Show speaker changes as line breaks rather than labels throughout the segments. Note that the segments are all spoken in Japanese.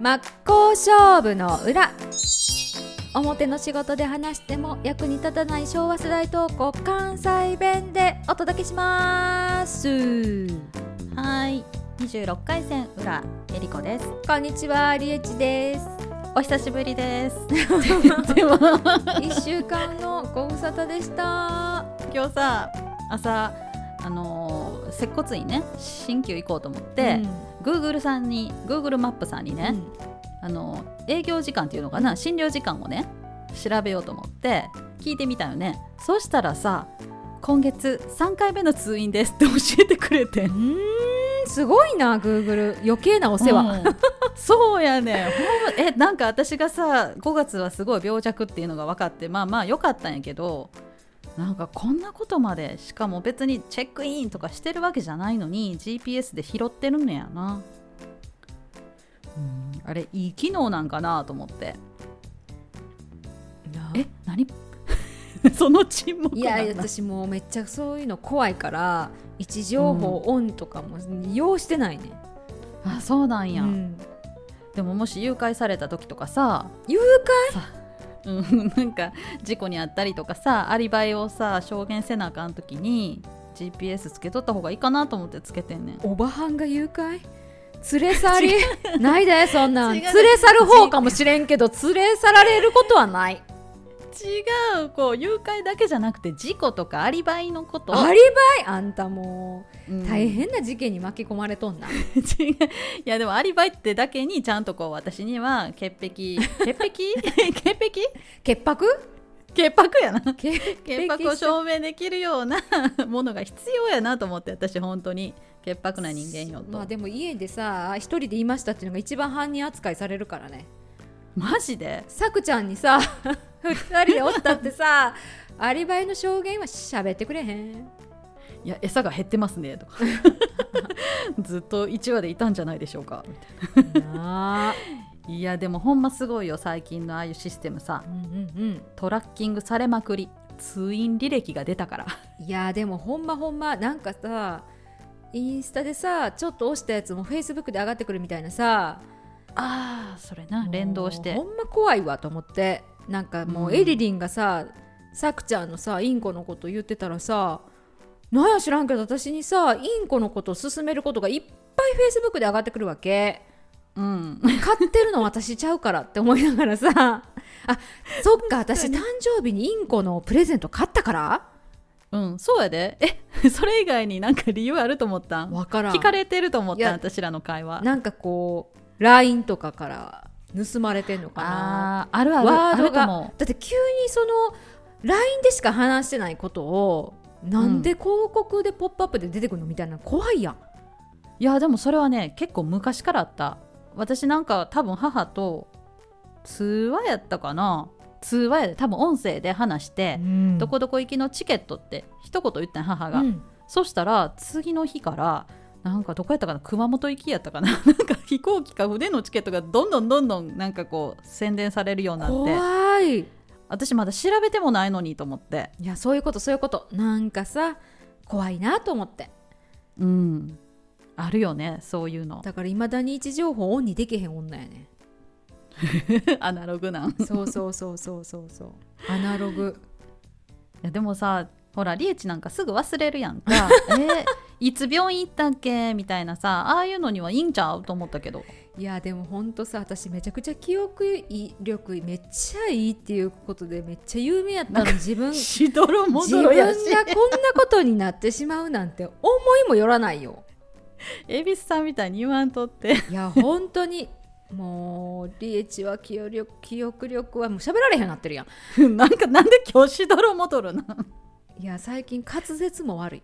真っ向勝負の裏表の仕事で話しても役に立たない昭和世代投稿関西弁でお届けします
はい、二十六回戦裏えりこです。
こんにちはりえちです
お久しぶり です。
で
も
一週間のご無沙汰でした
今日さ、朝あのー接骨院ね、新旧行こうと思って、Google さんに Google マップさんに
うん
ね、あのー営業時間っていうのかな、診療時間をね調べようと思って聞いてみたよね。そうしたらさ、今月三回目の通院ですって教えてくれて
う。んすごいな Google 余計なお世話、
うんそう やねほんまえなんか私がさ5月はすごい病弱っていうのが分かってまあまあ良かったんやけどなんかこんなことまでしかも別にチェックインとかしてるわけじゃないのに GPS で拾ってるんやなうんあれいい機能なんかなと思って
な
え何 その沈黙
い
なん
や
だ
私もうめっちゃそういうの怖いから位置情報オンとかも要してないね、
あそうなんや、
うん
でももし誘拐された時とかさ
誘
うん、 なんか事故にあったりとかさアリバイをさ証言せなあかん時に GPS つけとった方がいいかなと思ってつけてんねん
おばはんが誘拐連れ去りないでそんなん
違う
連れ去る方かもしれんけど連れ去られることはない
違うこう誘拐だけじゃなくて事故とかアリバイのこと
アリバイあんたも
うん
う大変な事件に巻き込まれとんな、
違ういやでもアリバイってだけにちゃんとこう私には潔癖 潔癖潔癖
潔白
潔白やな
潔
潔白を証明できるような ものが必要やなと思って私本当に潔白な人間よと、
まあでも家でさ一人でいましたっていうのが一番犯人扱いされるからね
マジで
さくちゃんにさ 二人でおったってさアリバイの証言は喋ってくれへ ん
いや餌が減ってますねとか ずっと1話でいたんじゃないでしょうかみたい
なあ
ないやでもほんますごいよ最近のああいうシステムさ
うんうん
トラッキングされまくり通院履歴が出たから
うんいやでもほんまほんまなんかさインスタでさちょっと押したやつもフェイスブックで上がってくるみたいなさ
ああそれな連動し
も
て
うほんま怖いわと思ってなんかも
う
うんエリリンがささくちゃんのさインコのこと言ってたらさなんや知らんけど私にさインコのことを勧めることがいっぱいフェイスブックで上がってくるわけ。
うん
買ってるの 私ちゃうからって思いながらさあそっか私誕生日にインコのプレゼント買ったから
うんそうやでえそれ以外になんか理由あると思ったん
わからん
聞かれてると思っ
い
た
や
ん私らの会話
なんかこう LINE とかから盗まれてんのかな
あーあるある
ワード
あるか
が
も
だって急にその LINE でしか話してないことをなんで広告で「ポップアップで出てくるのみたいな怖いやん
いやでもそれはね結構昔からあった私なんか多分母と通話やったかな通話やで多分音声で話して、どこどこ行きのチケットって一言言ったん母が、
うん
そしたら次の日からなんかどこやったかな熊本行きやったかな なんか飛行機か船のチケットがどんどんどんどんなんかこう宣伝されるようになって
怖い
私まだ調べてもないのにと思って
いやそういうことそういうことなんかさ怖いなと思って
うんあるよねそういう の
だからいまだに位置情報をオンにできへん女やねん
アナログなん
そうそうそうそうそうそう。アナログ。
いやでもさほらリエチなんかすぐ忘れるや んかえーいつ病院行ったっけみたいなさああいうのにはいいんちゃうと思ったけど
いやでもほんとさ私めちゃくちゃ記憶力めっちゃいいっていうことでめっちゃ有名やった
なん
の
か
自分自
しどろも
分
どろ
がこん
や
な
し
ことになってしまうなんて思いもよらないよ。
恵比寿さんみたいに言わんとって
いや本当に もうリエチは記憶力記憶力はもう喋られへんようになってるやん。
なんかなんで今日しどろもどろない
や最近滑舌も悪い。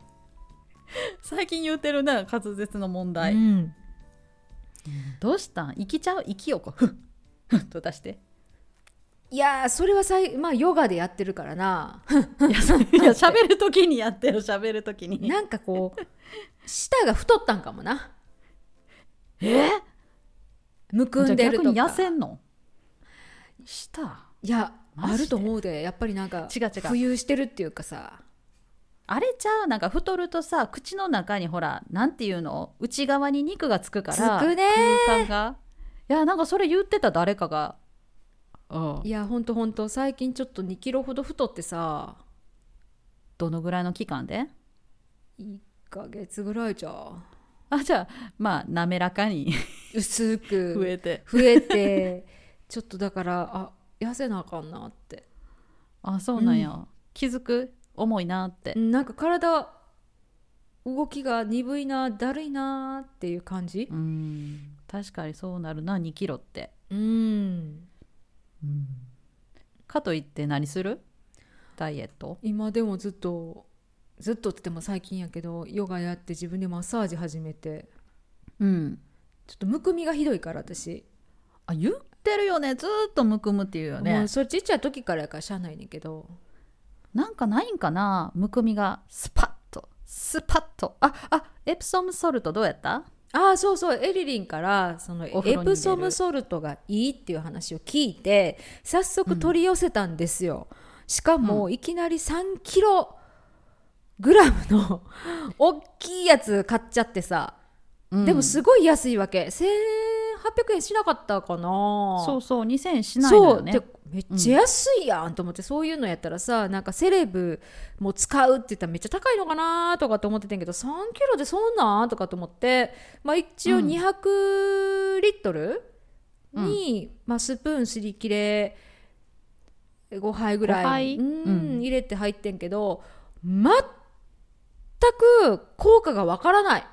最近言うてるな滑舌の問題、
うん
どうしたん生きちゃう生きよこうふっふっと出 して
いやそれはさいまあヨガでやってるからな。
いやそいや喋る時にやってよ喋る時に
なんかこう舌が太ったんかもな。
え
むく
じゃ
ん
あ
でる
逆
と
に
か。
痩せんのした
いや
マジで
あると思うでやっぱりなんか
違う違う
浮遊してるっていうかさ
あれちゃうなんか太るとさ口の中にほらなんていうの内側に肉がつくから
つくね
空間がやなんかそれ言ってた誰かがうん
いやほんとほんと最近ちょっと2キロほど太ってさ
どのぐらいの期間で
1ヶ月ぐらいじゃん
あじゃあまあ滑らかに
薄く
増えて
増えてちょっとだからあ痩せなあかんなって
あそうなんや、気づく重いなって、
なんか体動きが鈍いなだるいなっていう感じ
うん、確かにそうなるな2キロって、
うん
かといって何するダイエット
今でもずっとずっとって言っても最近やけどヨガやって自分でマッサージ始めて
うん
ちょっとむくみがひどいから私、
あ言ってるよねずーっとむくむっていうよ
も
ね
うそれちっちゃい時からやからしゃあないねんけど
なんかないんかなむくみがスパッとスパッとああエプソムソルトどうやった
ああそうそうエリリンからそのエ
お風呂に入れる
プソムソルトがいいっていう話を聞いて早速取り寄せたんですよ、しかもいきなり3キログラムの大きいやつ買っちゃってさ、
うん
でもすごい安いわけ1800円しなかったかな
そうそう2000円しないの
そ
よ
う
ね
でめっちゃ安いやんと思って、そういうのやったらさなんかセレブも使うって言ったらめっちゃ高いのかなとかと思ってたんやけど3キロでそんなんとかと思って、まあ、一応
うん
200リットルに、まあ、スプーンすり切れ5杯ぐらい
5杯
うん
うん
入れて入ってんけど全く効果がわからない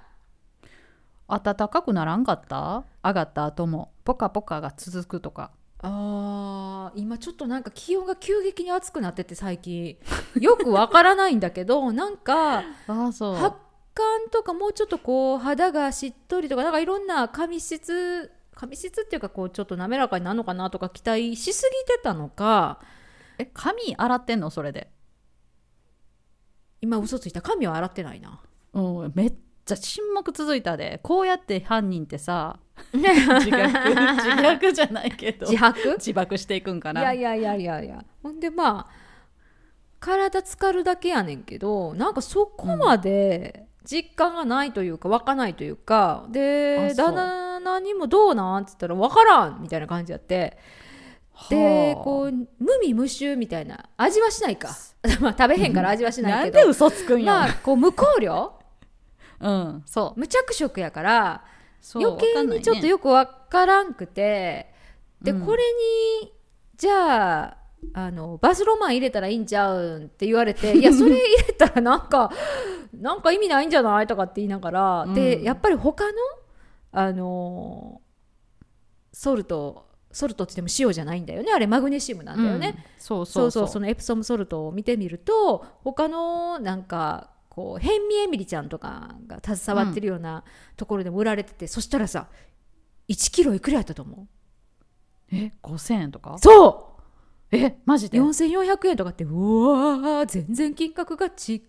暖かくならんかった上がった後もポカポカが続くとか
あー今ちょっとなんか気温が急激に暑くなってて最近 よくわからないんだけどなんか
あそ
発汗とかもうちょっとこう肌がしっとりとかなんかいろんな髪質髪質っていうかこうちょっと滑らかになるのかなとか期待しすぎてたのか
え髪洗ってんのそれで
今嘘ついた髪は洗ってないな
うんめっちゃ沈黙続いたでこうやって犯人って さ自虐自虐じゃないけど
自白
自爆していくんか
い
な
やいやいやいやいやほんでまあ体浸かるだけやねんけどなんかそこまで実感がないというか湧かないというかで
あそう
旦那にも「どうなん?」って言ったら「分からん」みたいな感じやってで
はあ
こう無味無臭みたいな味はしない かまあ食べへんから味はしな
ない
け
ん
ど
で嘘つく
ま
んや、
あこう無香料
うんそう
無着色やから
そう
余計にちょっと
よ
よく分からんくてで、
うん
これにじゃああのバスロマン入れたらいいんちゃうんって言われてい やそれ入れたらなんかなんか意味ないんじゃないとかって言いながら、
うん
でやっぱり他のあのソルトソルトって言っても塩じゃないんだよねあれマグネシウムなんだよね、
そう
そ
そう
そ
うそう
うそのエプソムソルトを見てみると他のなんかこうヘンミエミリちゃんとかが携わってるようなところでも売られてて、そしたらさ1キロいくらやったと思
え5000円とか
うそ
えマジ
う
で
4400円とかってうわー全然金額が違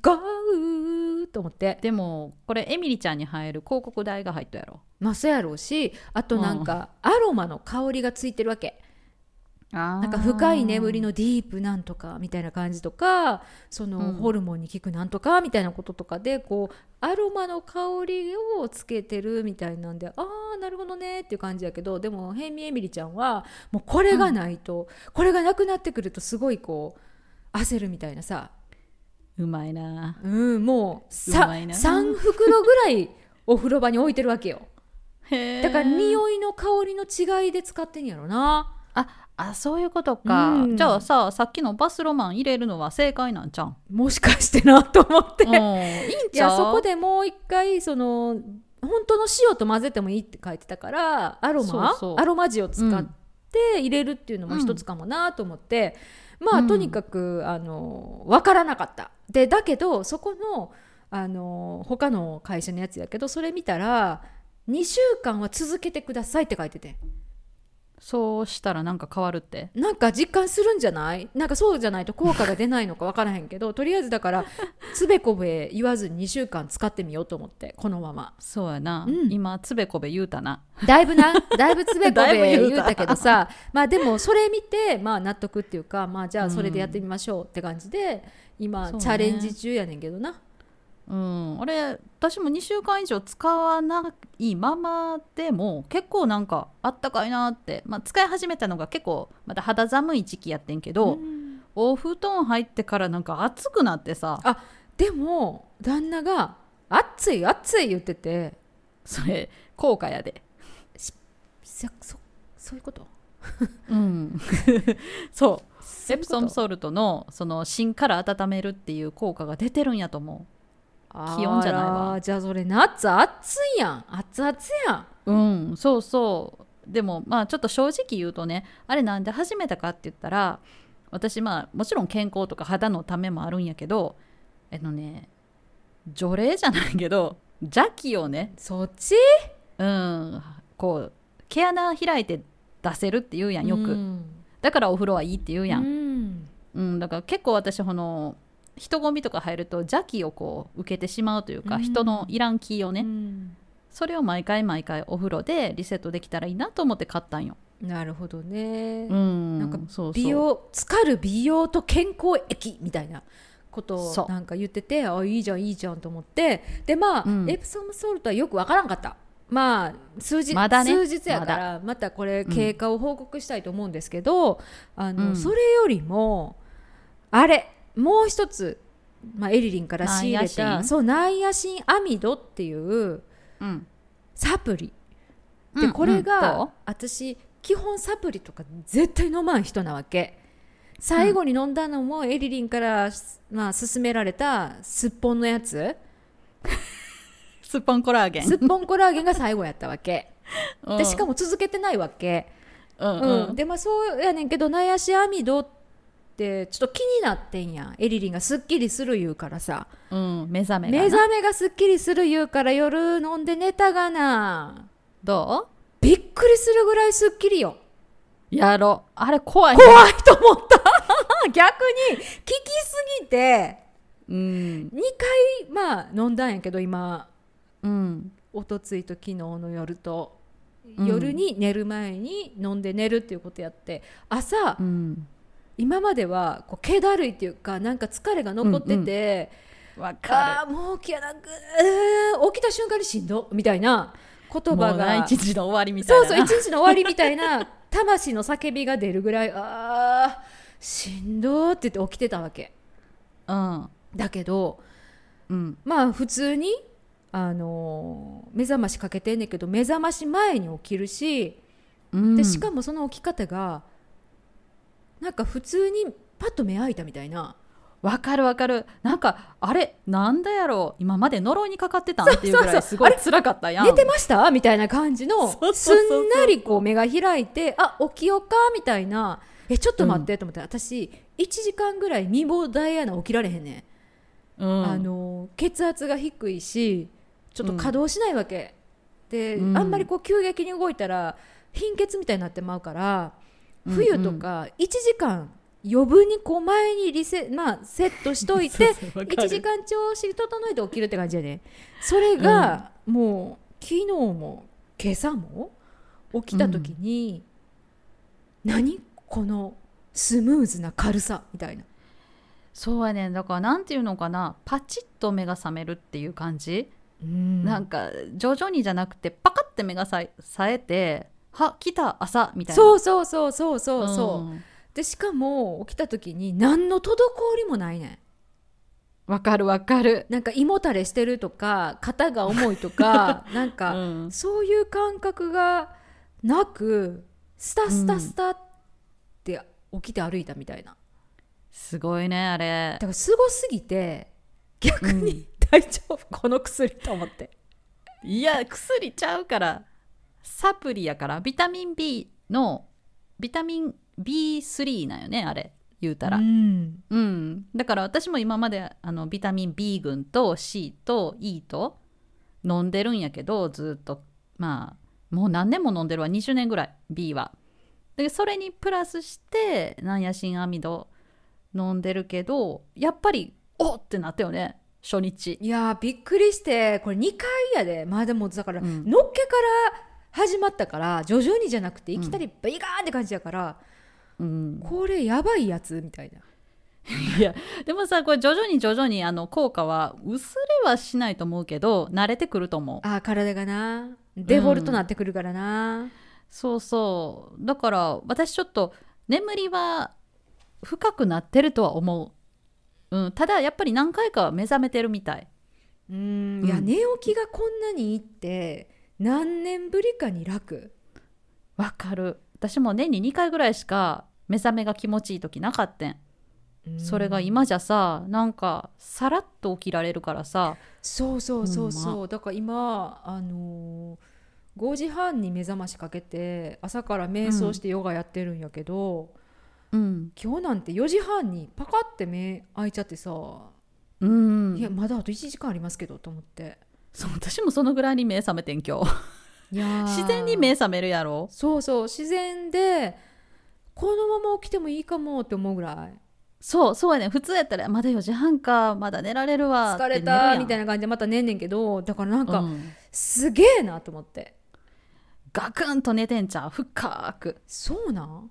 うと思って
でもこれエミリちゃんに入る広告代が入ったやろ
まあそうやろうしあとなんかアロマの香りがついてるわけ
な
なんか深い眠りのディープなんとかみたいな感じとかその
うん
ホルモンに効くなんとかみたいなこととかでこうアロマの香りをつけてるみたいなんでああなるほどねっていう感じやけどでもヘイミーエミリちゃんはもうこれがないと、これがなくなってくるとすごいこう焦るみたいなさ、
うまいな
うん、もう
う
さ
まいな
3袋ぐらいお風呂場に置いてるわけよ
へー
だから匂いの香りの違いで使ってんやろな。
ああそういうことか、
うん
じゃあささっきのバスロマン入れるのは正解な んじゃん、
もしかしてなと思って、
うん、いいん
い
ちゃ
や
う
そこでもう一回その本当の塩と混ぜてもいいって書いてたからアロマ
そうそう
アロマ塩使って入れるっていうのも一つかもなと思って、まあ
うん
とにかくあの分からなかったでだけどそこのあの他の会社のやつやけどそれ見たら2週間は続けてくださいって書いてて
そうしたらなんか変わるって
なんか実感するんじゃないなんかそうじゃないと効果が出ないのか分からへんけどとりあえずだ からつべこべ言わずに2週間使ってみようと思ってこのまま。
そうやな、
うん
今つべこべ言うたな
だいぶな、だいぶつべこ
だいぶ
べ
言うた
言うたけどさ、まあでもそれ見て、まあ納得っていうか、まあじゃあそれでやってみましょうって感じで、今、
そうね
チャレンジ中やねんけどな。
うん、あれ私も2週間以上使わないままでも結構なんかあったかいなって、まあ、使い始めたのが結構また肌寒い時期やってんけど、
うん
お布団入ってからなんか暑くなってさ
あでも旦那が「暑い暑い」言ってて
それ効果やで、
そそそういうこと
うん、 そう
そう
エ
いう
プ
こと
ソンソルトのその芯から温めるっていう効果が出てるんやと思気温じゃないわ
あらじゃあそれ夏暑いやん熱々やん
ううんそうそうでもまあちょっと正直言うとねあれなんで始めたかって言ったら私まあもちろん健康とか肌のためもあるんやけどあのね除霊じゃないけど邪気をね
そっち
うんこう毛穴開いて出せるって言うやんよく、
うん
だからお風呂はいいって言うや、
うんん
うんだから結構私この人混みとか入ると邪気をこう受けてしまうというか、
うん
人のいらん気をね、
うん
それを毎回毎回お風呂でリセットできたらいいなと思って買ったんよ、
なるほどね、
うん
なんか
そうそう
美容疲る美容と健康液みたいなこと
そ
を
う
なんか言っててあいいじゃんいいじゃんと思ってでまあ、
うん
エプソムソルトはよくわからんかったまあ数日
まだね
数日やからまたこれ経過を報告したいと思うんですけど、あの
うん
それよりもあれもう一つ、まあ、エリリンから仕入れ
ナイアシ
た
ン
そうナイアシンアミドっていう
うん
サプリ
う
で
ん
これが、
どう
私基本サプリとか絶対飲まん人なわけ最後に飲んだのもエリリンから、まあ、勧められたすっぽんのやつ
スッポンコラーゲン
すっぽんコラーゲンが最後やったわけ
うん
でしかも続けてないわけ、
うん
うん
うん
でまあそうやねんけどナイアシアミドってちょっと気になってんやんエリリンがすっきりする言うからさ
うん目覚めがな
目覚めがすっきりする言うから夜飲んで寝たがな
ど
びっくりするぐらいすっきりよ
うやろうあれ怖いね
怖いと思った 逆に聞きすぎて
うん
2回まあ飲んだんやけど今
うん
おとついと昨日の夜と
うん
夜に寝る前に飲んで寝るっていうことやって朝
うん
今まではこう気だるいっていうかなんか疲れが残ってて、
わ
あーもう気やなくうー起きた瞬間にしんどみたいな言葉
もうな
が
一日の終わりみたい
そう
な
そう一日の終わりみたいな 魂の叫びが出るぐらいあーしんどーって言って起きてたわけ
うん
だけど
うん
まあ普通に、あのー目覚ましかけてんねんけど目覚まし前に起きるし
うん
でしかもその起き方がなんか普通にパッと目開いたみたいな
わかるわかるなんかあれなんだやろう今まで呪いにかかってたんっていうぐ
そ
ら
う
い
そう
す
そう
ごい辛かったやん
寝てましたみたいな感じの
そうそう
す
そうそうん
なりこう目が開いてあ起きようかみたいなえちょっと待ってと思って、私1時間ぐらい未亡ダイアナ起きられへんねん
うん
あの血圧が低いしちょっと稼働しないわけ、で、
うん
あんまりこう急激に動いたら貧血みたいになってまうから
うん
冬とか1時間余分にこう前にリセ、まあ、セットしといて
そうそうわか
1
る
時間調子整えて起きるって感じやねそれがもう昨日も今朝も起きた時に、何このスムーズな軽さみたいな。
そうやねんだからなんていうのかなパチッと目が覚めるっていう感じ、なんか徐々にじゃなくてパカッて目がさ冴えては来た朝みたいな
そうそうそうそうそうそう、
ん
でしかも起きた時に何の滞りもないねん
わかるわかる
なんか胃もたれしてるとか肩が重いと かなん
う
か、
ん
そういう感覚がなくスタスタスタって起きて歩いたみたいな、
すごいねあれ
だからすごすぎて逆に、
う
大丈夫この薬と思って
いや薬ちゃうからサプリやからビタミン B のビタミン B3 なんよねあれ言うたら、
うん
うん、だから私も今まであのビタミン B 群と C と E と飲んでるんやけどずっとまあもう何年も飲んでるわ20年ぐらい B は。でそれにプラスしてナンヤシンアミド飲んでるけどやっぱりおっってなったよね初日。
いやーびっくりしてこれ2回やでまあでもだから、
うん
のっけから始まったから徐々にじゃなくていきなりバイガーンって感じやから、
うん、
これやばいやつみたいな
いやでもさこれ徐々に徐々にあの効果は薄れはしないと思うけど慣れてくると思う
あー体がなデフォルトなってくるからな、
そうそうだから私ちょっと眠りは深くなってるとは思う、うん、ただやっぱり何回かは目覚めてるみたい
うんいや
うん
寝起きがこんなにいいって何年ぶりかに楽
わかる私も年に2回ぐらいしか目覚めが気持ちいい時なかったんそれが今じゃさなんかさらっと起きられるからさ
そうそうそうそう、
ほん
だから今あのー、5時半に目覚ましかけて朝から瞑想してヨガやってるんやけど、
うん、
今日なんて4時半にパカって目開いちゃってさ、
うん、
いやまだあと1時間ありますけどと思って
そう私もそのぐらいに目覚めてん今日
いやー
自然に目覚めるやろ
そうそう自然でこのまま起きてもいいかもって思うぐらい
そうそうやね普通やったらまだ4時半かまだ寝られるわ
疲れたみたい
な
な感じでまた寝んねんけどだからなんか、
うん
すげえなと思って
ガクンと寝てんちゃう深く、
そうなん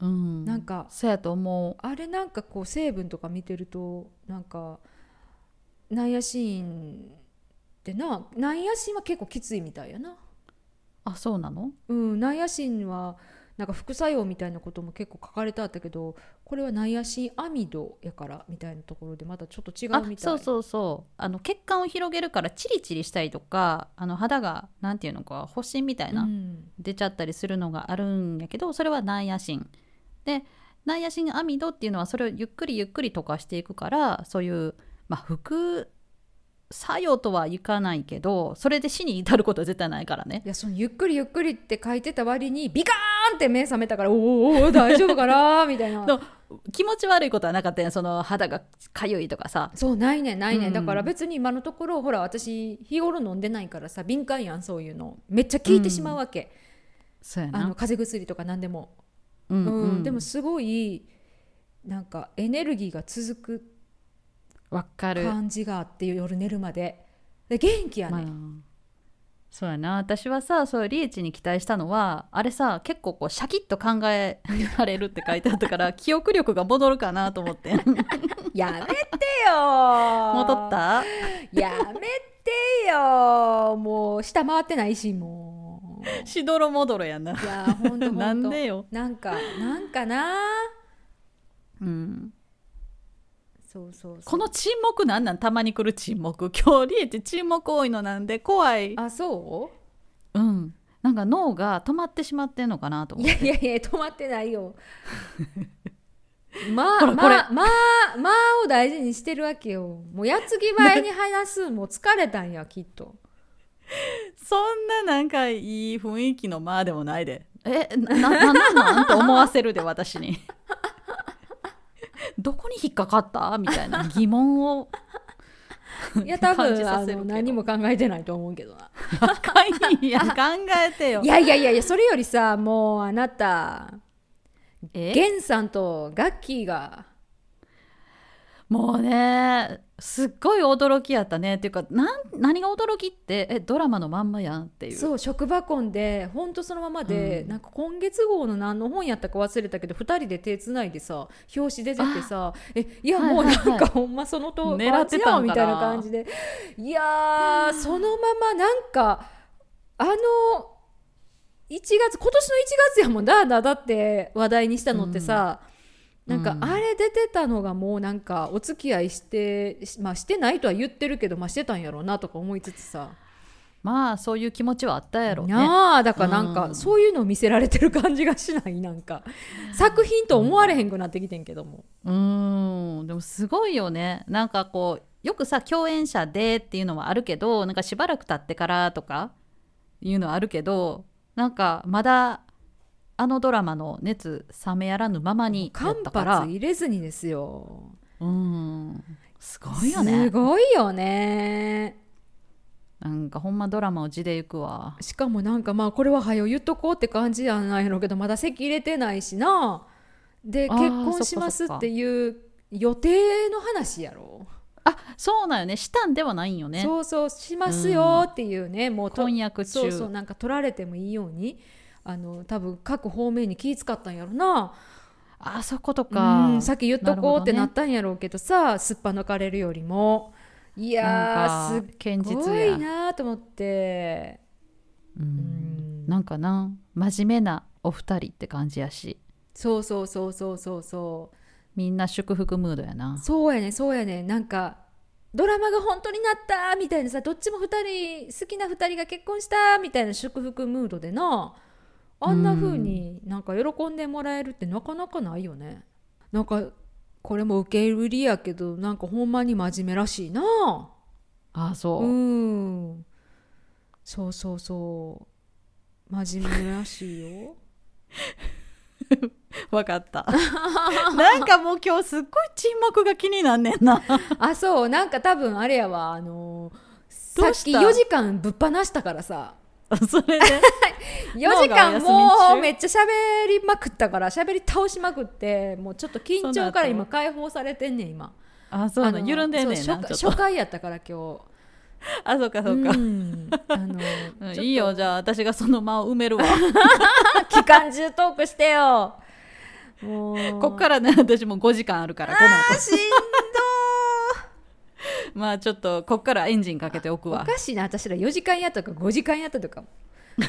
うん、
なんか
そうやと思
あれなんかこう成分とか見てるとなんかナイアシーンってなナイアシンは結構きついみたいやな
うあそうなの
うんナイアシンはなんか副作用みたいなことも結構書かれてあったけどこれはナイアシンアミドやからみたいなところでまたちょっと違
あ
うみたい
そうそうそうあの血管を広げるからチリチリしたりとかあの肌がなんていうのか発疹みたいな、
うん
出ちゃったりするのがあるんやけどそれはナイアシンでナイアシンアミドっていうのはそれをゆっくりゆっくり溶かしていくからそういう、まあ、副作用とはいかないけどそれで死に至ることは絶対ないからね
いやそのゆっくりゆっくりって書いてた割にビカーンって目覚めたからおーおーおー大丈夫かなーみたいな
の気持ち悪いことはなかったやんその肌がかゆいとかさ
そうないねんないね、
うん
ん、だから別に今のところほら私日頃飲んでないからさ敏感やんそういうのめっちゃ効いてしまうわけ、
そうや
あの風邪薬とか何でも、
うん
うん
うん、
でもすごいなんかエネルギーが続く
わかる、
感じがあって夜寝るまでで元気やね、
まあそうやな私はさそうリーチに期待したのはあれさ結構こうシャキッと考えられるって書いてあったから 記憶力が戻るかなと思って
やめてよ
戻った
やめてよもう下回ってないしもう
しどろもどろやない
やーほんとほんと
なんでよ、
なんかなんかな
うん、
そうそうそう
この沈黙なんなんたまに来る沈黙今日リエって沈黙多いのなんで怖い
あそう
うんなんか脳が止まってしまってんのかなと
い
思
うやいやいや止まってない よまあ
ほらこ
ま
れ
あまあまあを大事にしてるわけよもうやつぎばいに話すもう疲れたんやきっ と
そんななんかいい雰囲気のまあでもないでえなななんなんと思わせるで私に どこに引っかかったみたいな疑問を
いや多
感じ
分
さ
あ
せるけど
の何も考えてないと思うけどな
若いや 考えてよ
いやいやいやいやそれよりさもうあなた
え
ゲンさんとガッキーが
もうねすっごい驚きやったねっていうかなん何が驚きってえドラマのまんまやんっていう
そう職場コンでほんとそのままで、
うん
なんか今月号の何の本やったか忘れたけど2人で手つないでさ表紙出てってさ「えいや
はい
も
は
う
いは
ないんか、ほんまそのと
狙ってたん
み
かな
たいな感じでいやーそのままなんかあの1月今年の1月やもんだだだって話題にしたのってさ、
うん
なんかあれ出てたのがもうなんかお付き合いして、しまあ、してないとは言ってるけど、まあ、してたんやろうなとか思いつつさ。
まあそういう気持ちはあったやろうね
なあだからなんか、
うん
そういうのを見せられてる感じがしないなんか作品と思われへんくなってきてんけども、
うーんでもすごいよねなんかこうよくさ共演者でっていうのはあるけどなんかしばらく経ってからとかいうのはあるけどなんかまだあのドラマの熱冷めやらぬままにや
間
ったから
髪入れずにですよ
うーんすごいよね
すごいよね
なんかほんまドラマを地で行くわ
しかもなんかまあこれは早よ言っとこうって感じじゃないのけどまだ席入れてないしなで
あ
結
ー
婚しますっていう予定の話やろ、
あそうなんよねしたんではないんよね
そうそうしますよっていうね、もうと
婚約中
そうそうなんか取られてもいいようにあの多分各方面に気使ったんやろな
あそこと
う
か
んさっき言っとこうってなったんやろうけどさすっぱ抜かれるよりもいや
な
ー
んか堅
すっ
実
ご
や
いなーと思って
う、
うんん
なんかな真面目なお二人って感じやし
そうそうそうそうそうそう
みんな祝福ムードやな
そうやねそうやねなんかドラマが本当になったみたいなさどっちも2人好きな2人が結婚したみたいな祝福ムードでなあんな風になんか喜んでもらえるってなかなかないよねなんかこれも受け売りやけどなんかほんまに真面目らしいな
ああそうう、
んそうそうそう真面目らしいよ
わかった なんかもう今日すっごい沈黙が気になんねんな
あそうなんか多分あれやわあのー
ど
さ
う
っ
し
き
た
4時間ぶっ放したからさ
それで
4時間
脳がお
も
休み
う
中
めっちゃ喋りまくったから喋り倒しまくってもうちょっと緊張から
その後
今解放されてんねん今
あそうな
あ
の
の
緩んでんねん
そう
な
初
ち
回
ょっ
初
と
回やったから今
あそうか
日
そうか、
んあのー
う
ちょ
ん
っと
いいよじゃあ私がその間を埋め るわ
期間中トークしてよもう
こっからね私もう5時間あるからこの後
しんど
まあちょっとこっからエンジンかけておく
お
わ
かしいな私ら4時間やったとか5時間やったとかも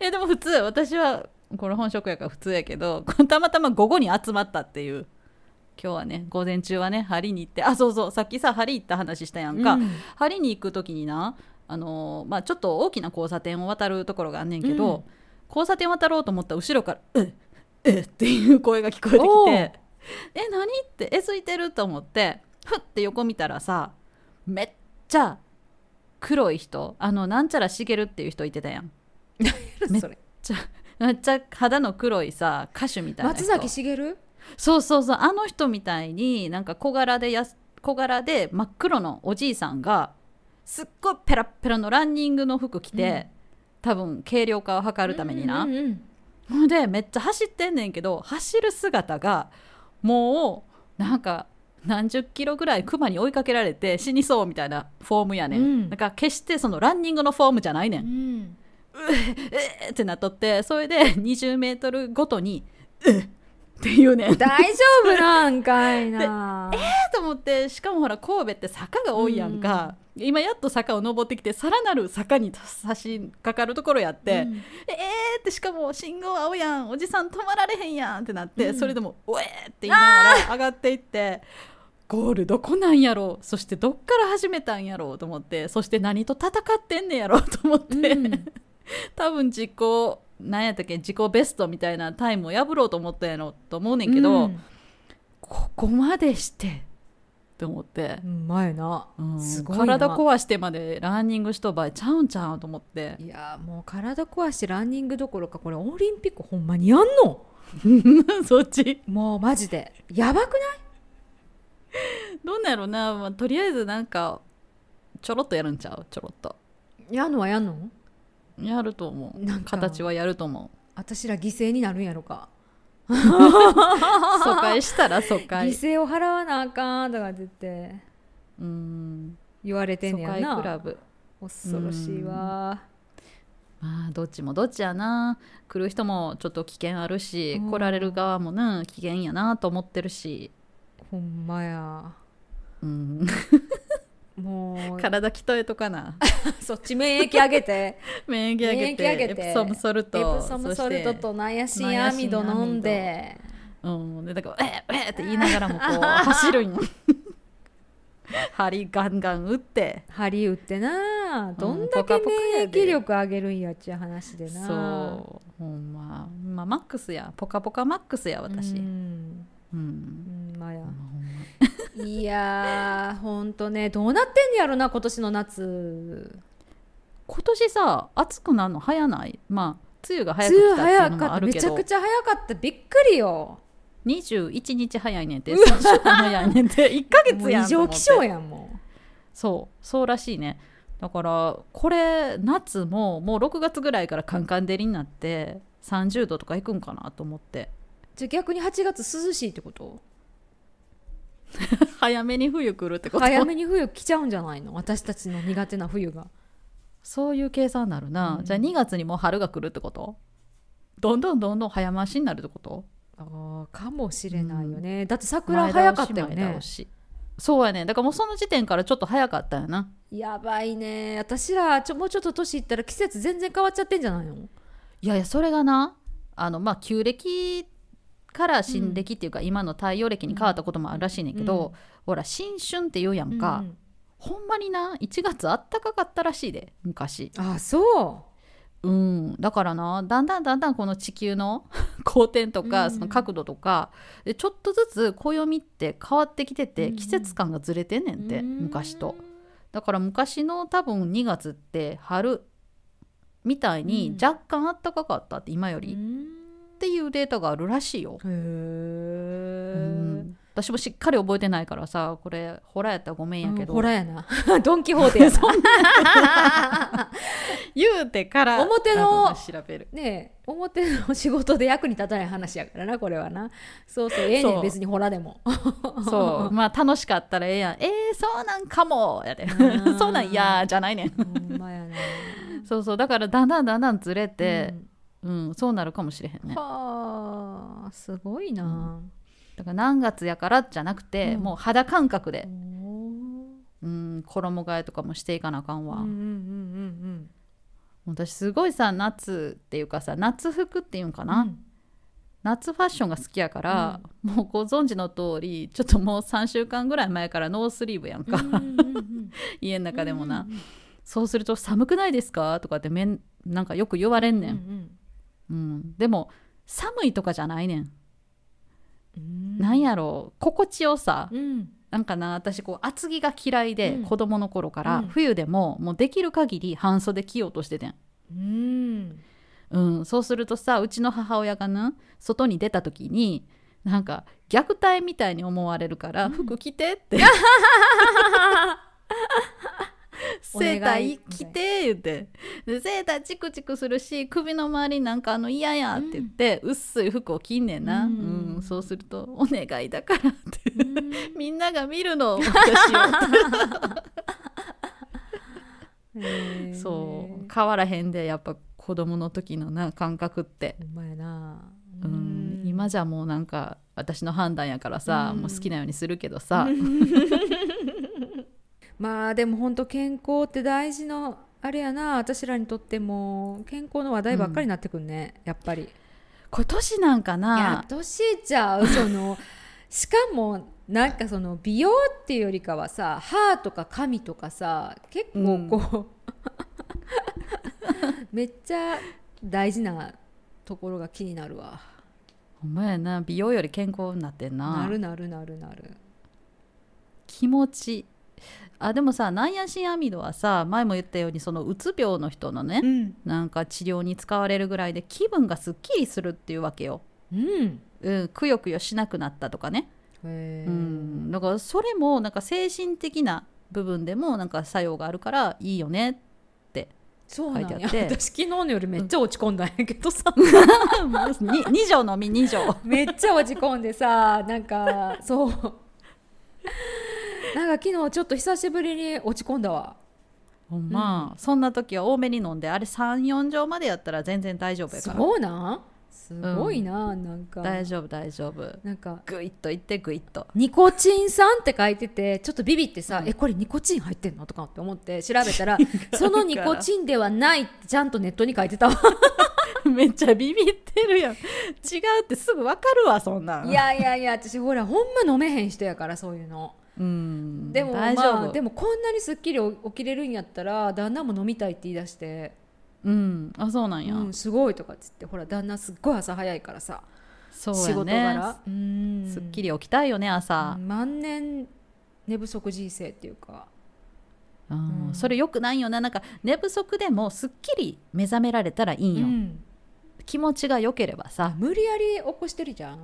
えでも普通私はこれ本職やから普通やけど こうたまたま午後に集まったっていう今日はね午前中はね針に行ってあそうそうさっきさ針行った話したやんか、
うん
針に行く時になあのーまあ、ちょっと大きな交差点を渡るところがあんねんけど、
うん
交差点渡ろうと思ったら後ろから「えっえっ」っていう声が聞こえてき
おう
て「 え何?」ってえついてると思ってふって横見たらさめっちゃ黒い人あのなんちゃらしげるっていう人いてたやんめ
それ
めっちゃ肌の黒いさ歌手みたいな人
松崎しげる
そうそうそうあの人みたいになんか小柄でやす小柄で真っ黒のおじいさんがすっごいペラッペラのランニングの服着て、多分軽量化を図るためにな、
うんうんうん
ほんでめっちゃ走ってんねんけど走る姿がもうなんか何十キロぐらいクマに追いかけられて死にそうみたいなフォームやねん、
うん
なんか決してそのランニングのフォームじゃないね
う、
ん
ん
えーってなっとってそれで20メートルごとに「うっ」っていうねん
大丈夫なんかいな
と思ってしかもほら神戸って坂が多いやんか、今やっと坂を登ってきてさらなる坂に差し掛かるところやって、
うん
えーってしかも信号青やんおじさん止まられへんやんってなって、
うん
それでも「おえー!」って言いながら上がっていって。ゴールどこなんやろうそしてどっから始めたんやろうと思ってそして何と戦ってんねやろうと思って、
うん
多分自己なんやったっけ自己ベストみたいなタイムを破ろうと思ったんやろうと思うねんけど、ここまでしてと思って
う、ん前な
うん
すごいな
体壊してまでランニングしとばちゃうんちゃうんと思って
いやもう体壊してランニングどころかこれオリンピックほんまにやんの
そっち
もうマジでやばくない
どんなんやろうな、まあ、とりあえずなんかちょろっとやるんちゃうちょろっと
やんのはやんの
やると思う
なんか
形はやると思う
私ら犠牲になるんやろか
疎開したら疎
犠
開
牲を払わなあかんとかって言って
うん
言われてん
疎
ねや
開クラ
な
ブ
恐ろしいわ
まあどっちもどっちやな来る人もちょっと危険あるし、
うん
来られる側もな危険やなと思ってるし、
ほんまや
うん、
も う
体鍛えとか な
そっち免疫上げ て
免疫上げて
免疫上げて
エプソムソルト
エプソムソルトとナイアシンアミド飲んで
そしてうん、でだから「えっえっ!」って言いながらもこ う走るんよ針ガンガン打って
針打ってなあどん
う
だ
んポカ
け
ポカや
免
で
疫力上げるんやっちゅう話でな
そうほんま、まあ、マックスやポカポカマックスや私
うん
うん、
うんまあや
ほんまほんま
いやーほんとねどうなってんねやろな今年の夏
今年さ暑くなるの早ないまあ梅雨が
梅雨
早く来たっていう
早
の
かっ
もあ
た
る
め
け
ちゃ
ど
くちゃ早かったびっくりよ
21日早いねんて3週間早いね んて1ヶ
も
月
う
やん
異
と
常
思って
気象やんも
そうそうらしいねだからこれ夏ももう6月ぐらいからカンカン照りになって30度とかいくんかなと思って
うじゃあ逆に8月涼しいってこと
早めに冬来るってこと
早めに冬来ちゃうんじゃないの私たちの苦手な冬が
そういう計算になるな、
うん
じゃあ2月にもう春が来るってことどんどんどんどん早回しになるってこと
ああかもしれないよね、だって桜
前
早かっ
倒した
よ
前
ね
倒しそうやねだからもうその時点からちょっと早かったよな
やばいね私らちょもうちょっと年いったら季節全然変わっちゃってんじゃないの
いやいやそれがなあのまあ旧暦から新暦っていうか、今の太陽暦に変わったこともあるらしいねんけど、
う
ほら新春って言うやんか、
うんうん
ほんまにな1月あったかかったらしいで昔
あそ
うんだからなだんだんだんだんこの地球の 公転とか、
うん
その角度とかでちょっとずつ暦って変わってきてて、
うんうん
季節感がずれてんね
うん
て昔と
うん
だから昔の多分2月って春みたいうに
ん
若干あったかかったって今より、っていうデータがあるらしいよ。
へ
う
え
ん、私もしっかり覚えてないからさこれホラやったらごめんやけど、
ほらやな ドン・キホーテやな
言うてから
表の
後で調べる
ねえ表の仕事で役に立たない話やからなこれはなそうそうええね
そ
ん
う
別にほらでも
そうまあ楽しかったらええやんえー、そうなんかもやで
ん
そうなんやじゃないねん
ほんま やな
そうそうだからだんだんだんだんずれて
う、
うんそうなるかもしれへん
ん
ね
はあすごいな、
だから何月やからじゃなくて、
うん
もう肌感覚
お
で、
ー
うん、衣替えとかもしていかなあかんわ、
うんうんうん
私すごいさ夏っていうかさ夏服っていうんか
うんうん
な、夏ファッションが好きやから、もうご存知の通りちょっともう3週間ぐらい前からノースリーブやんか、
うんうんうんうん
家の中でもな、
うんうんうん
そうすると「寒くないですか?」とかってめんなんかよく言われんね、
うんん
うんでも寒いとかじゃないねん、
うん
なんやろう心地よさ、
うん
なんかな私こう厚着が嫌いで、
うん
子供の頃から、
うん
冬でももうできる限り半袖着ようとしててん
うん
うん、そうするとさうちの母親がな外に出た時になんか虐待みたいに思われるから、
うん
服着てって
お願い
セーター着て言ってでセーターチクチクするし首の周りなんかあの嫌やって言って、うっすい服を着んねんな、
う
うんんそうすると「お願いだから」 っ
う
て
ん
みんなが見 るの私を
へえ
そう変わらへんでやっぱ子供の時のな感覚って。
ほんまやな
うん、今じゃもうなんか私の判断やからさ、
うん
もう好きなようにするけどさ、
まあでも本当健康って大事のあれやな私らにとっても健康の話題ばっかりになってくんね、やっぱりい
これ年なんか
や
な
年じゃうそ のしかもなんかその美容っていうよりかはさ歯とか髪とかさ結構こう、 めっちゃ大事なところが気になるわ
ほんまやな美容より健康になってんな
なるなるなるなる
気持ちあでもさナイアシンアミドはさ前も言ったようにそのうつ病の人のね、
うん
なんか治療に使われるぐらいで気分がすっきりするっていうわけよ、
うん
うん、くよくよしなくなったとかね、
へえ
うん、だからそれもなんか精神的な部分でもなんか作用があるからいいよね
そうなん
書
や
いてあって
私昨日の夜めっちゃ落ち込んだんやけどさ、
2錠飲み2錠
めっちゃ落ち込んでさなんかそうなんか昨日ちょっと久しぶりに落ち込んだわ
ほんま、そんな時は多めに飲んであれ34錠までやったら全然大丈夫やから
そうなんすごいな、なんか
大丈夫大丈夫
なんか
グイッといってグイッと
ニコチン酸って書いててちょっとビビってさ、
うん
えこれニコチン入ってんのとかって思って調べた らそのニコチンではないってちゃんとネットに書いてた わ
めっちゃビビってるやん違うってすぐわかるわそんなん
いやいやいや私ほらほんま飲めへん人やからそういうの
うん
でも、
大丈夫、
まあ、でもこんなにすっきり起きれるんやったら旦那も飲みたいって言い出して
うんあそうなんや、
うん、すごいとかっつってほら旦那すっごい朝早いからさ、
そう
仕事
やね
柄うん
すっき
り
り起きたいよね朝、
万年寝不足人生っていうか
うん
うん
それよくないよななんか寝不足でもすっきり目覚められたらいいんよ、
うん
気持ちが良ければさ、
無理やり起こしてるじゃん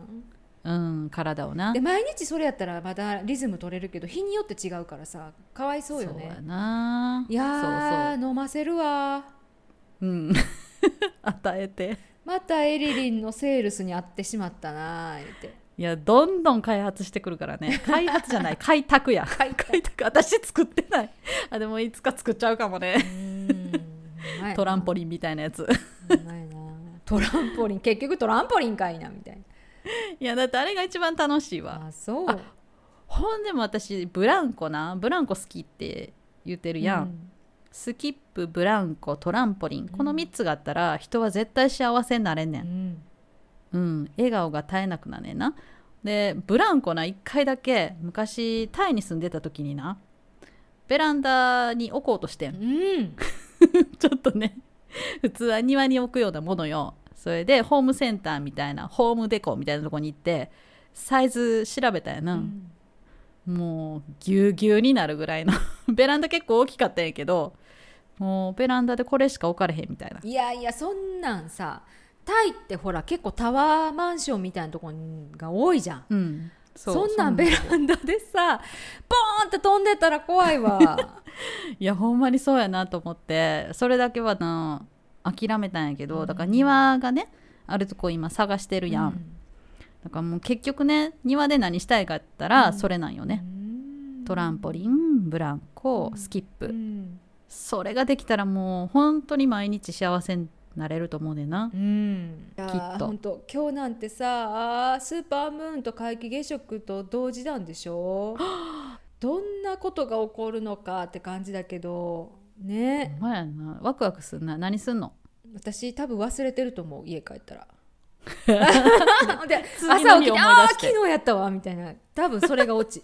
うん、体をな
で毎日それやったらまだリズム取れるけど日によって違うからさかわいそうよ
そうや
ね
ない
やー飲ませるわ
そうそう、うん、 与えて
またエリリンのセールスに会ってしまったなー って
いやどんどん開発してくるから ね開発じゃない開拓や開拓私作ってないあでもいつか作っちゃうかもねトランポ
リ
リンみたいなやつ
ントランポリン結局トランポリンかいなみたいな
いやだってあれが一番楽しいわ
あそう
あほんでも私ブランコなブランコ好きって言ってるやん、
うん
スキップブランコトランポリン、
ん
この3つがあったら人は絶対幸せになれんね、
うんん
うん、笑顔が絶えなくなんねんなでブランコな1回だけ昔タイに住んでた時になベランダに置こうとしてん
うん
ちょっとね普通は庭に置くようなものよそれでホームセンターみたいなホームデコみたいなとこに行ってサイズ調べたや
う
な、
ん
もうぎゅうぎゅうになるぐらいの ベランダ結構大きかったんやけどもうベランダでこれしか置かれへんみたいない
やいやそんなんさタイってほら結構タワーマンションみたいなとこが多いじゃん
うん
そうそんなんベランダでさボーンって飛んでたら怖い わ
いやほんまにそうやなと思ってそれだけはな諦めたんやけどだか
う
ら
ん
庭がねあるとこ今探してるやん、
う
だからもう結局ね庭で何したいかって言ったら
うん
それなんよね、
ん
トランポリンブランコ
うん
スキップ、
うん
それができたらもう本当に毎日幸せになれると思うねんな、
うん、
きっと
本当今日なんてさあースーパームーンと皆既月食と同時なんでし ょどんなことが起こるのかって感じだけど
ほ
ね
んまやなワクワクすんな何すんの
私多分忘れてると思う家帰った ら。で
次
朝
の
起き
日
て「
思い出して
ああー昨日やったわ」みたいな多分それがオ チ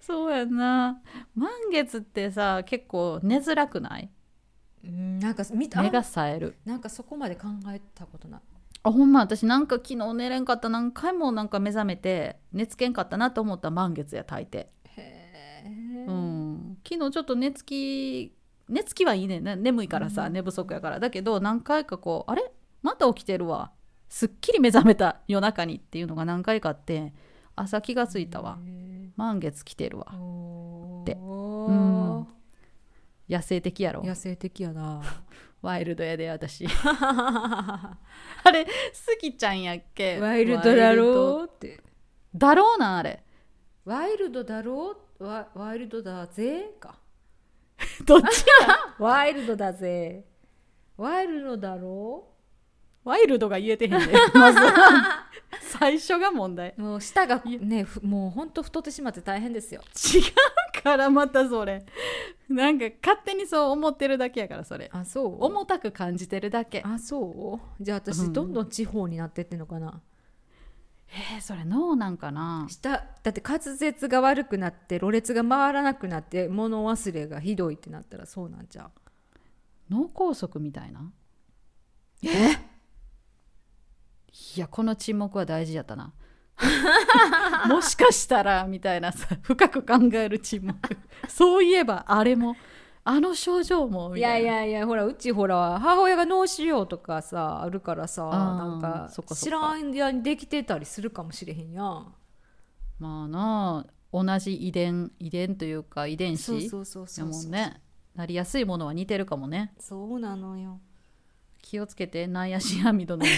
そうやな満月ってさ結構寝づらくない
うんなんか見た
目が冴える
なんかそこまで考えたことない
あほんま私なんか昨日寝れんかった何回もなんか目覚めて寝つけんかったなと思ったら満月や大抵、
へえ、
うん、昨日ちょっと寝つき寝つきはいいねんな眠いからさ、
うん
寝不足やからだけど何回かこうあれまた起きてるわすっきり目覚めた夜中にっていうのが何回かあって朝気がついたわ満月来てるわ
おー
でうん野生的やろ
野生的や な
ワイルドやで私 あれスギちゃんやっけ
ワイルドだ
ワイルド
ろうって
だろうなあれ
ワイルドだろうワワイルドだぜか
どっちや
ワイルドだぜワイルドだろ
ワイルドが言え てへんでまず最初が問題
うもう舌がねふもうほんと太ってしまって大変ですよ
違うからまたそれなんか勝手にそう思ってるだけやからそれ
あそう
重たく感じてるだけ
あそうじゃあ私、
うん
どんどん地方になってってんのかな
えー、それ脳なんかな
舌だって滑舌が悪くなってろれつが回らなくなって物忘れがひどいってなったらそうなんじゃう
脳梗塞みたいなえいやこの沈黙は大事やったな もしかしたらみたいなさ深く考える沈黙そういえばあれもあの症状も
い
み
や
たいない
やいやほらうちほら母親が脳腫瘍とかさあるからさ
あー
なんか
そっかそっか
知らん間にできてたりするかもしれへんやん
まあな同じ遺伝遺伝というか遺伝子
そうそうそうそう
やもんねなりやすいものは似てるかもね
そうなのよ
気をつけてナイアシンアミド飲んで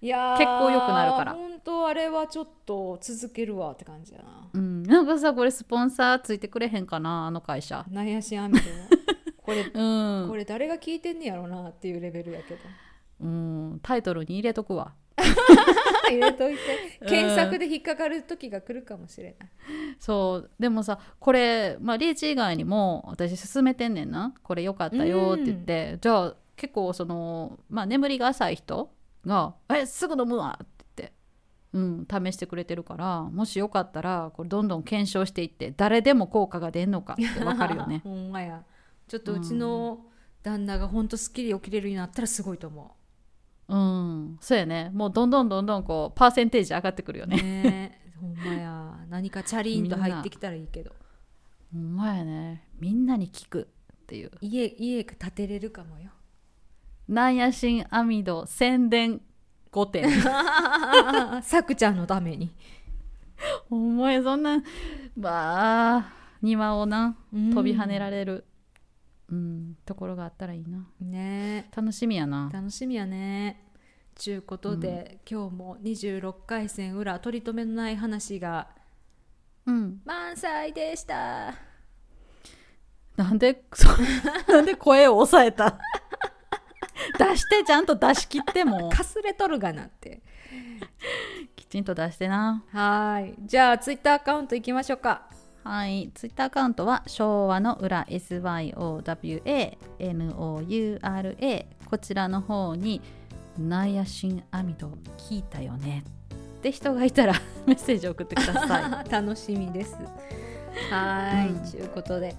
いやー
結構良くなるから
本当あれはちょっと続けるわって感じやな
うん なんかさこれスポンサーついてくれへんかなあの会社
ナイアシンアミドこれ
うん
これ誰が聞いてんねやろなっていうレベルやけど
うんタイトルに入れとくわ
入れといて
うん
検索で引っかかる時が来るかもしれない
そうでもさこれ、まあ、リーチ以外にも私勧めてんねんなこれ良かったよって言って、じゃあ結構その、まあ、眠りが浅い人が「えすぐ飲むわ!」って言って、うん、試してくれてるからもしよかったらこれどんどん検証していって誰でも効果が出んのかって分かるよね。
ほんまやちょっとうちの旦那がほんとすっきり起きれるようになったらすごいと思う
うん、そうやねもうどんどんどんどんこうパーセンテージ上がってくるよね。
ねえほんまや何かチャリンと入ってきたらいいけど
ほんまやねみんなに聞くっていう
家家建てれるか もよ
ナイアシンアミド宣伝5点。
さくちゃんのために
お前そんなまあ庭をな
うん
飛び跳ねられる、うんところがあったらいいな
ね
楽しみやな
え楽しみやねちゅうことで、今日も26回戦裏取り留めのない話が
うん
満載でした
なんでそなんで声を抑えた 出してちゃんと出し切っても
かすれとるがなって
きちんと出してな
はーいじゃあツイッターアカウントいきましょうか
はいツイッターアカウントは昭和の裏 SYOWANOURA こちらの方にナイアシンアミド聞いたよねって人がいたら メッセージ送ってくださ
楽しみですはーい、
うん
ということで
い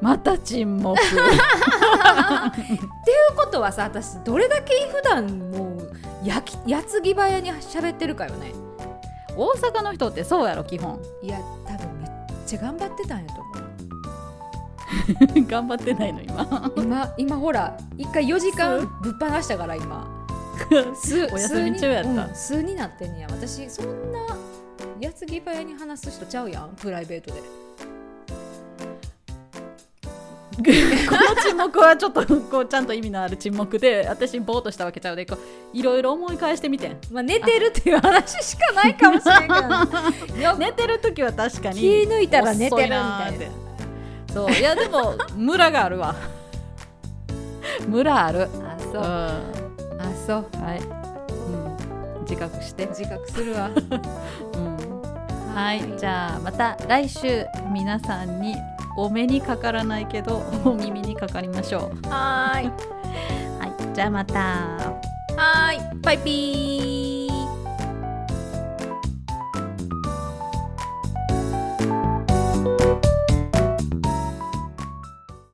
また沈黙
ということはさ私どれだけ普段もうやき矢継ぎ早に喋ってるかよね
大阪の人ってそうやろ基本
いや多分めっちゃ頑張ってたんやと思う
頑張ってないの 今
今今ほら一回4時間ぶっ放したから今数
お休み中やった
数に,、うん、数になってんねや私そんな矢継ぎ早に話す人ちゃうやんプライベートで
この沈黙はちょっとこうちゃんと意味のある沈黙で私ぼーっとしたわけちゃうでこういろいろ思い返してみてん
まあ寝てるっていう話しかないかもしれんけど よ
寝てる時は確かに
気抜いたら寝てるみたい
遅
な
ーってそういやでもムラがある わムラある
あ
う
そ
ん
うあそう
はい、うん、自覚して、
自覚する わ
うん、はいじゃあまた来週皆さんにお目にかからないけどお耳にかかりましょう
はーい
はいじゃあまた
はーいバイピー